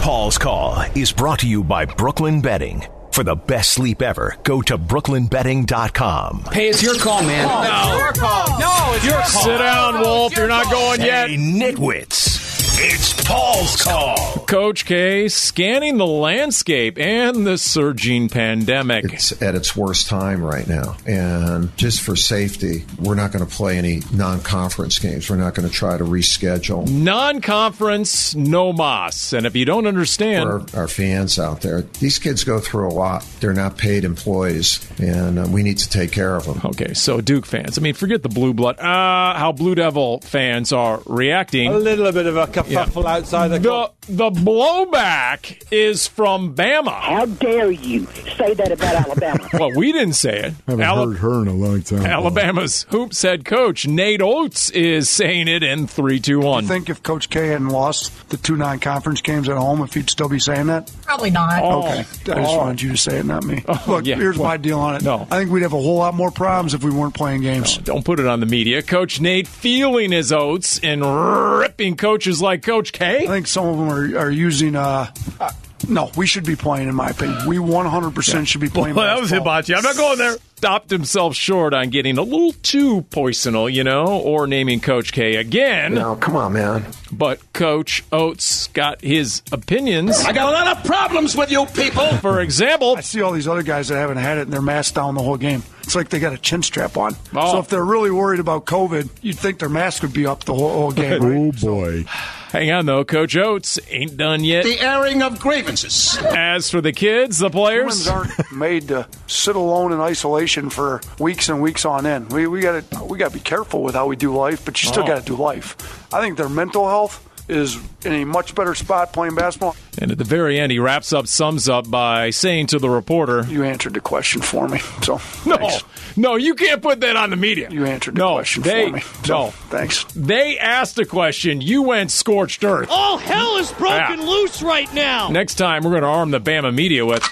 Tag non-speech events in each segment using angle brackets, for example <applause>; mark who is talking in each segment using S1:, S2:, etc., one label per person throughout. S1: Paul's Call is brought to you by Brooklyn Betting. For the best sleep ever, go to brooklynbetting.com.
S2: Hey, it's your call, man.
S3: No. Your call. No, it's your call.
S4: Sit down, Wolf. You're not going yet.
S1: Hey, nitwits, it's Paul's Call.
S4: Coach K scanning the landscape and the surging pandemic.
S5: It's at its worst time right now. And just for safety, we're not going to play any non conference games. We're not going to try to reschedule
S4: Non conference, no moss. And if you don't understand,
S5: for our, our fans out there. These kids go through a lot. They're not paid employees, and uh, we need to take care of them.
S4: okay, so Duke fans, I mean, forget the blue blood, uh, how Blue Devil fans are
S3: A
S4: reacting.
S3: little bit of a kerfuffle outside the,
S4: The, the blowback is from Bama.
S6: How dare you say that about Alabama?
S4: <laughs> Well, we didn't say it.
S7: I haven't
S4: Ala-
S7: heard her in a long time.
S4: Alabama's hoops head coach Nate Oates is saying it in three, two, one.
S8: I think if Coach K hadn't lost the two non-conference games at home, if he'd still be saying that.
S9: Probably not.
S8: Okay, I just wanted you to say it, not me. Look,
S4: Oh. yeah.
S8: here's
S4: Well,
S8: my deal on it.
S4: no.
S8: I think we'd have a whole lot more problems if we weren't playing games.
S4: Don't put it on the media. Coach Nate feeling his oats and ripping coaches like Coach
S8: I
S4: K.
S8: think some of them are, are using. Uh, uh, no, we should be playing. In my opinion, we 100 percent should be playing. basketball.
S4: I'm not going there. Stopped himself short on getting a little too poisonal, you know, or naming Coach K again.
S5: Now, come on, man.
S4: But Coach Oates got his opinions.
S2: I got a lot of problems with you people.
S4: For example,
S8: I see all these other guys that haven't had it and they're masked down the whole game. It's like they got a chin strap on.
S4: Oh.
S8: So if they're really worried about COVID, you'd think their mask would be up the whole,
S4: <laughs>
S8: whole game. Right?
S7: Oh boy!
S4: hang on though, Coach Oates ain't done yet.
S2: The airing of grievances.
S4: As for the kids, the
S8: Humans
S4: players,
S8: aren't made to sit alone in isolation for weeks and weeks on end. We we got to we got to be careful with how we do life, but you still
S4: Oh.
S8: got to do life. I think their mental health is in a much better spot playing basketball.
S4: and at the very end, he wraps up, sums up by saying to the reporter,
S8: You answered the question for me, <laughs> so
S4: No,
S8: thanks.
S4: no, you can't put that on the media.
S8: You answered the
S4: no,
S8: question
S4: they,
S8: for me. So,
S4: No,
S8: thanks.
S4: they asked a question. You went scorched earth.
S10: All hell is broken
S4: Yeah.
S10: loose right now.
S4: Next time, we're going to arm the Bama media with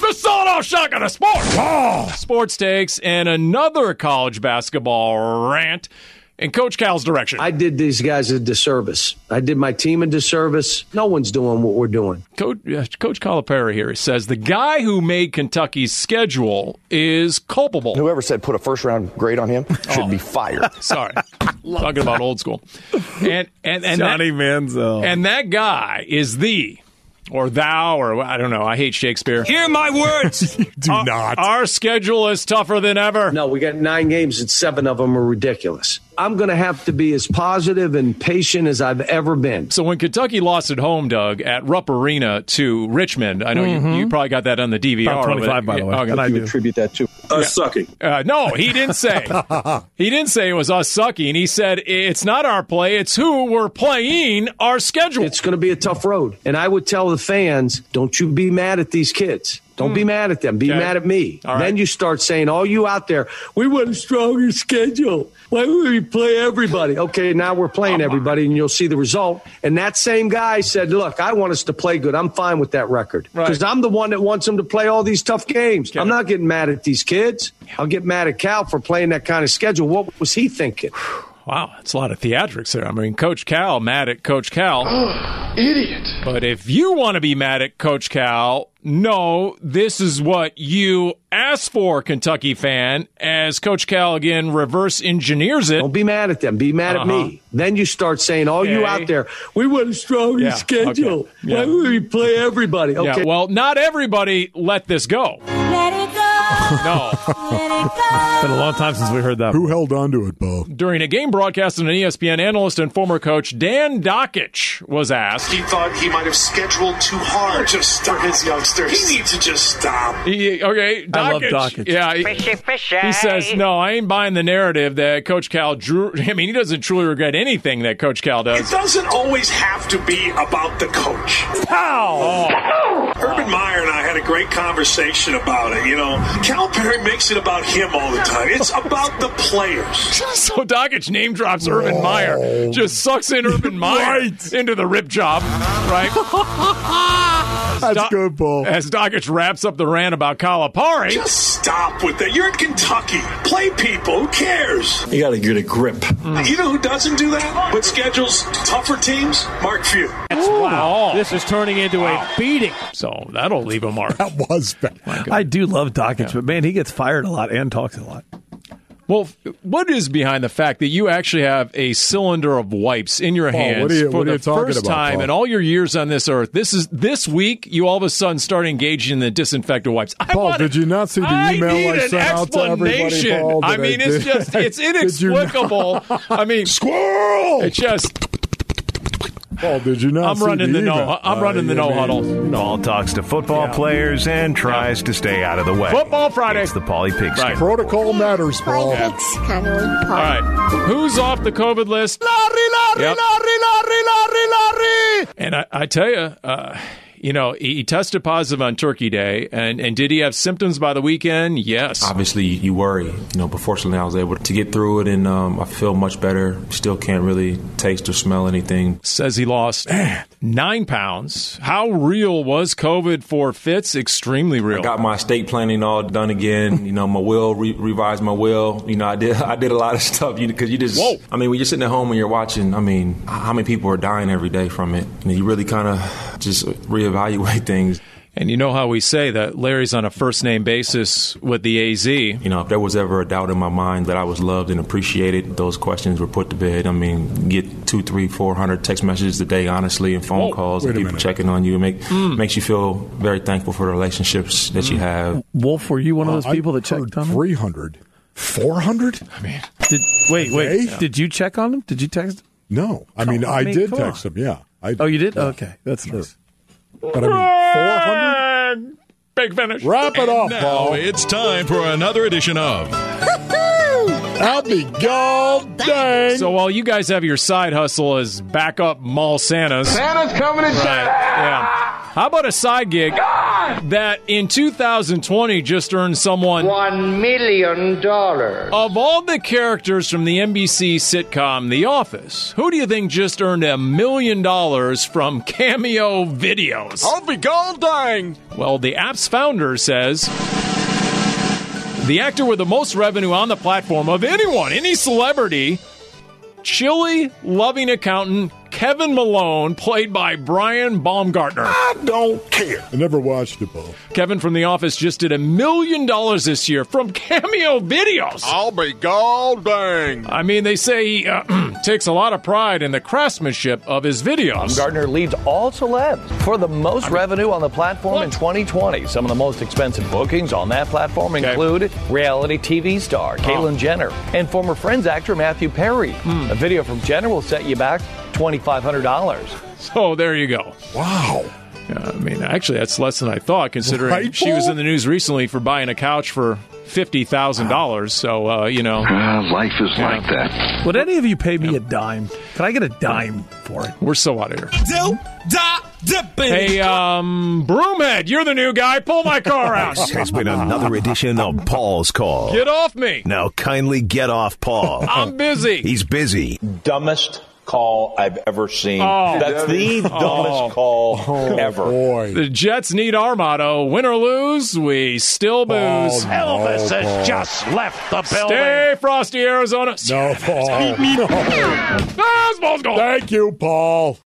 S4: the sawed-off shotgun of sports. Sports takes and another college basketball rant in Coach Cal's direction.
S11: I did these guys a disservice. I did my team a disservice. No one's doing what we're doing.
S4: Coach, uh, Coach Calipari here says the guy who made Kentucky's schedule is culpable.
S11: Whoever said put a first round grade on him should be fired.
S2: <laughs>
S4: Sorry. Talking about old school. And and and Johnny Manziel. And that guy is the or thou or I don't know. I hate Shakespeare.
S2: Hear my words.
S4: <laughs>
S7: Do
S4: Our-
S7: not.
S4: Our schedule is tougher than ever.
S11: <laughs> No, we got nine games and seven of them are ridiculous. I'm going to have to be as positive and patient as I've ever been.
S4: So when Kentucky lost at home, Doug, at Rupp Arena to Richmond, I know
S2: Mm-hmm.
S4: you, you probably got that on the DVR.
S3: About
S4: over
S3: 25,
S4: there.
S3: by the way.
S4: Yeah, okay.
S3: But I do.
S4: Uh, no, he didn't say. he didn't say it was us sucking. He said it's not our play; it's who we're playing our schedule.
S11: It's going to be a tough road. And I would tell the fans, don't you be mad at these kids. Don't be mad at them. Be
S4: Hmm. Okay.
S11: mad at me.
S4: All right.
S11: Then you start saying, all you out there, we want a stronger schedule. Why would we play everybody? Okay, now we're playing everybody, and you'll see the result. And that same guy said, look, I want us to play good. I'm fine with that record
S4: Right.
S11: because I'm the one that wants them to play all these tough games. I'm not getting mad at these kids. I'll get mad at Cal for playing that kind of schedule. What was he thinking?
S4: Wow, that's a lot of theatrics there. I mean, Coach Cal, mad at Coach Cal. Idiot. But if you want to be mad at Coach Cal, no, this is what you asked for, Kentucky fan, as Coach Cal again reverse engineers it.
S11: Don't be mad at them. Be mad at me. Then you start saying, all you
S4: Uh-huh. Okay.
S11: out there, we want a stronger
S4: Yeah,
S11: schedule.
S4: okay. Yeah.
S11: Why would we play everybody? Okay.
S4: Yeah, well, not everybody let this go.
S3: <laughs>
S9: Let it go.
S4: No.
S9: Let it go.
S3: Been a long time since we heard that.
S7: Who held on to it, Bo?
S4: During a game broadcast, an E ESPN analyst and former coach Dan Dockich was asked.
S10: He thought he might have scheduled too hard just for his youngsters. He needs to just stop.
S4: He- okay, Dockich.
S3: I love Dockich.
S4: Yeah, he- He says, "No, I ain't buying the narrative that Coach Cal drew. <laughs> I mean, he doesn't truly regret anything that Coach Cal
S10: It
S4: does."
S10: doesn't always have to be about the coach.
S4: Oh.
S10: Urban Meyer and I had a great conversation about it. You know, Calipari makes it about him all the time. It's about the players.
S4: so Dockich name drops Urban Meyer, just sucks in Urban Meyer
S7: Right.
S4: into the rip job, right?
S7: That's good, Bo.
S4: As Dockich wraps up the rant about Calipari,
S10: Just
S8: Stop with that. You're in Kentucky. Play people. Who cares?
S12: You got to get a grip.
S8: You know who doesn't do that? But schedules tougher teams? Mark Few.
S13: wow. This is turning into a beating.
S4: So that'll leave a mark.
S13: that was bad.
S14: I do love Dawkins, but man, he gets fired a lot and talks a lot.
S4: Well, f- what is behind the fact that you actually have a cylinder of wipes in your
S14: Paul,
S4: hands
S14: what are you-
S4: for
S14: what are
S4: the
S14: you talking
S4: first
S14: about,
S4: time
S14: Paul?
S4: in all your years on this earth? This is this week. You all of a sudden start engaging in the disinfectant wipes. I
S9: Paul,
S4: want
S9: did you not see the
S4: I
S9: email
S4: need
S9: I
S4: an
S9: sent out to everybody?
S4: explanation.
S9: Paul,
S4: I
S9: that
S4: mean, it's
S9: did?
S4: just
S9: <laughs>
S4: it's
S9: Did you not-
S4: inexplicable.
S9: <laughs>
S4: I mean, squirrel. It just
S9: Paul, did you not?
S4: I'm running the no.
S9: Uh,
S4: I'm running the no huddle.
S1: Paul talks to football players and tries to stay out of the way.
S4: Football Friday.
S1: It's the Pauly Pigskin.
S9: Protocol matters, Paul.
S4: All right, who's off the COVID list? Yep. And I, I tell you, uh, you know, he, he tested positive on Turkey Day, and, and did he have symptoms by the weekend? Yes.
S6: Obviously, you worry, you know. But fortunately, I was able to get through it, and um, I feel much better. Still can't really taste or smell anything.
S4: Says he lost nine pounds. How real was COVID for Fitz? Extremely real.
S6: I got my estate planning all done again. You know, my will re- revised my will. You know, I did <laughs> I did a lot of stuff. You because you just.
S4: Whoa.
S6: I mean, when you're sitting at home and you're watching, I mean, h- how many people are dying every day from it? You, know, you really kind of just reevaluate things.
S4: And you know how we say that Larry's on a first name basis with the AZ. You
S6: know, if there was ever a doubt in my mind that I was loved and appreciated, those questions were put to bed. I mean, get two, three, four hundred text messages a day, honestly, and phone
S4: Whoa.
S6: calls,
S4: Wait
S6: and
S4: a
S6: people
S4: minute.
S6: checking on you. It make,
S4: Hmm.
S6: makes you feel very thankful for the relationships that you have.
S14: Wolf, were you one of
S6: Uh,
S14: those
S6: I
S14: people that checked on him? 300. 400? I mean, did, wait, wait.
S9: They?
S14: Did you check on him? Did you text him?
S9: No. I mean, I did text him, yeah. I
S14: oh, you did? Okay. That's nice.
S9: But I mean,
S4: Big finish.
S9: Wrap it up,
S15: Now
S9: Paul.
S15: it's time for another edition of
S9: <laughs> I'll be gone dang.
S4: So while you guys have your side hustle as backup mall Santas.
S16: Santa's coming to
S4: Right, yeah. How about a side gig that in 2020 just earned someone
S16: One million dollars.
S4: Of all the characters from the NBC sitcom The Office, who do you think just earned a million dollars from cameo videos? I'll be gold dang! Well, the app's founder says the actor with the most revenue on the platform of anyone, any celebrity, chili loving accountant Kevin Malone, played by Brian Baumgartner. I don't care.
S9: I never watched it, Paul.
S4: Kevin from The Office just did a million dollars this year from <laughs> cameo videos. I'll be gold dang. I mean, they say he uh, <clears throat> takes a lot of pride in the craftsmanship of his videos.
S11: Gardner leads all celebs for the most revenue on the platform in 2020. Some of the most expensive bookings on that platform include reality TV star Caitlyn Jenner and former Friends actor Matthew Perry.
S4: Hmm.
S11: A video from Jenner will set you back $2,500.
S4: <laughs> So Oh, there you go.
S9: Wow.
S4: I mean, actually, that's less than I thought, considering
S11: Right,
S4: she was
S11: Paul?
S4: in the news recently for buying a couch for fifty thousand dollars. So uh, you know, life is like that.
S14: Would any of you pay me a dime? Could I get a dime for it?
S4: We're so out of here.
S14: Do, da,
S4: Hey, um, Broomhead, you're the new guy. Pull my car out.
S1: This has been another edition of Paul's Call.
S4: Get off me.
S1: Now, kindly get off
S4: <laughs>
S1: Paul.
S4: I'm busy.
S1: He's busy.
S17: dumbest call I've ever seen.
S4: Oh.
S17: That's the
S4: Oh.
S17: dumbest call ever.
S4: The Jets need our motto: win or lose, we still booze.
S9: Elvis
S16: has Paul.
S9: just
S4: left the
S9: building.
S4: Stay frosty, Arizona.
S9: No, Paul. No.
S4: Baseball's gone.
S9: Thank you, Paul.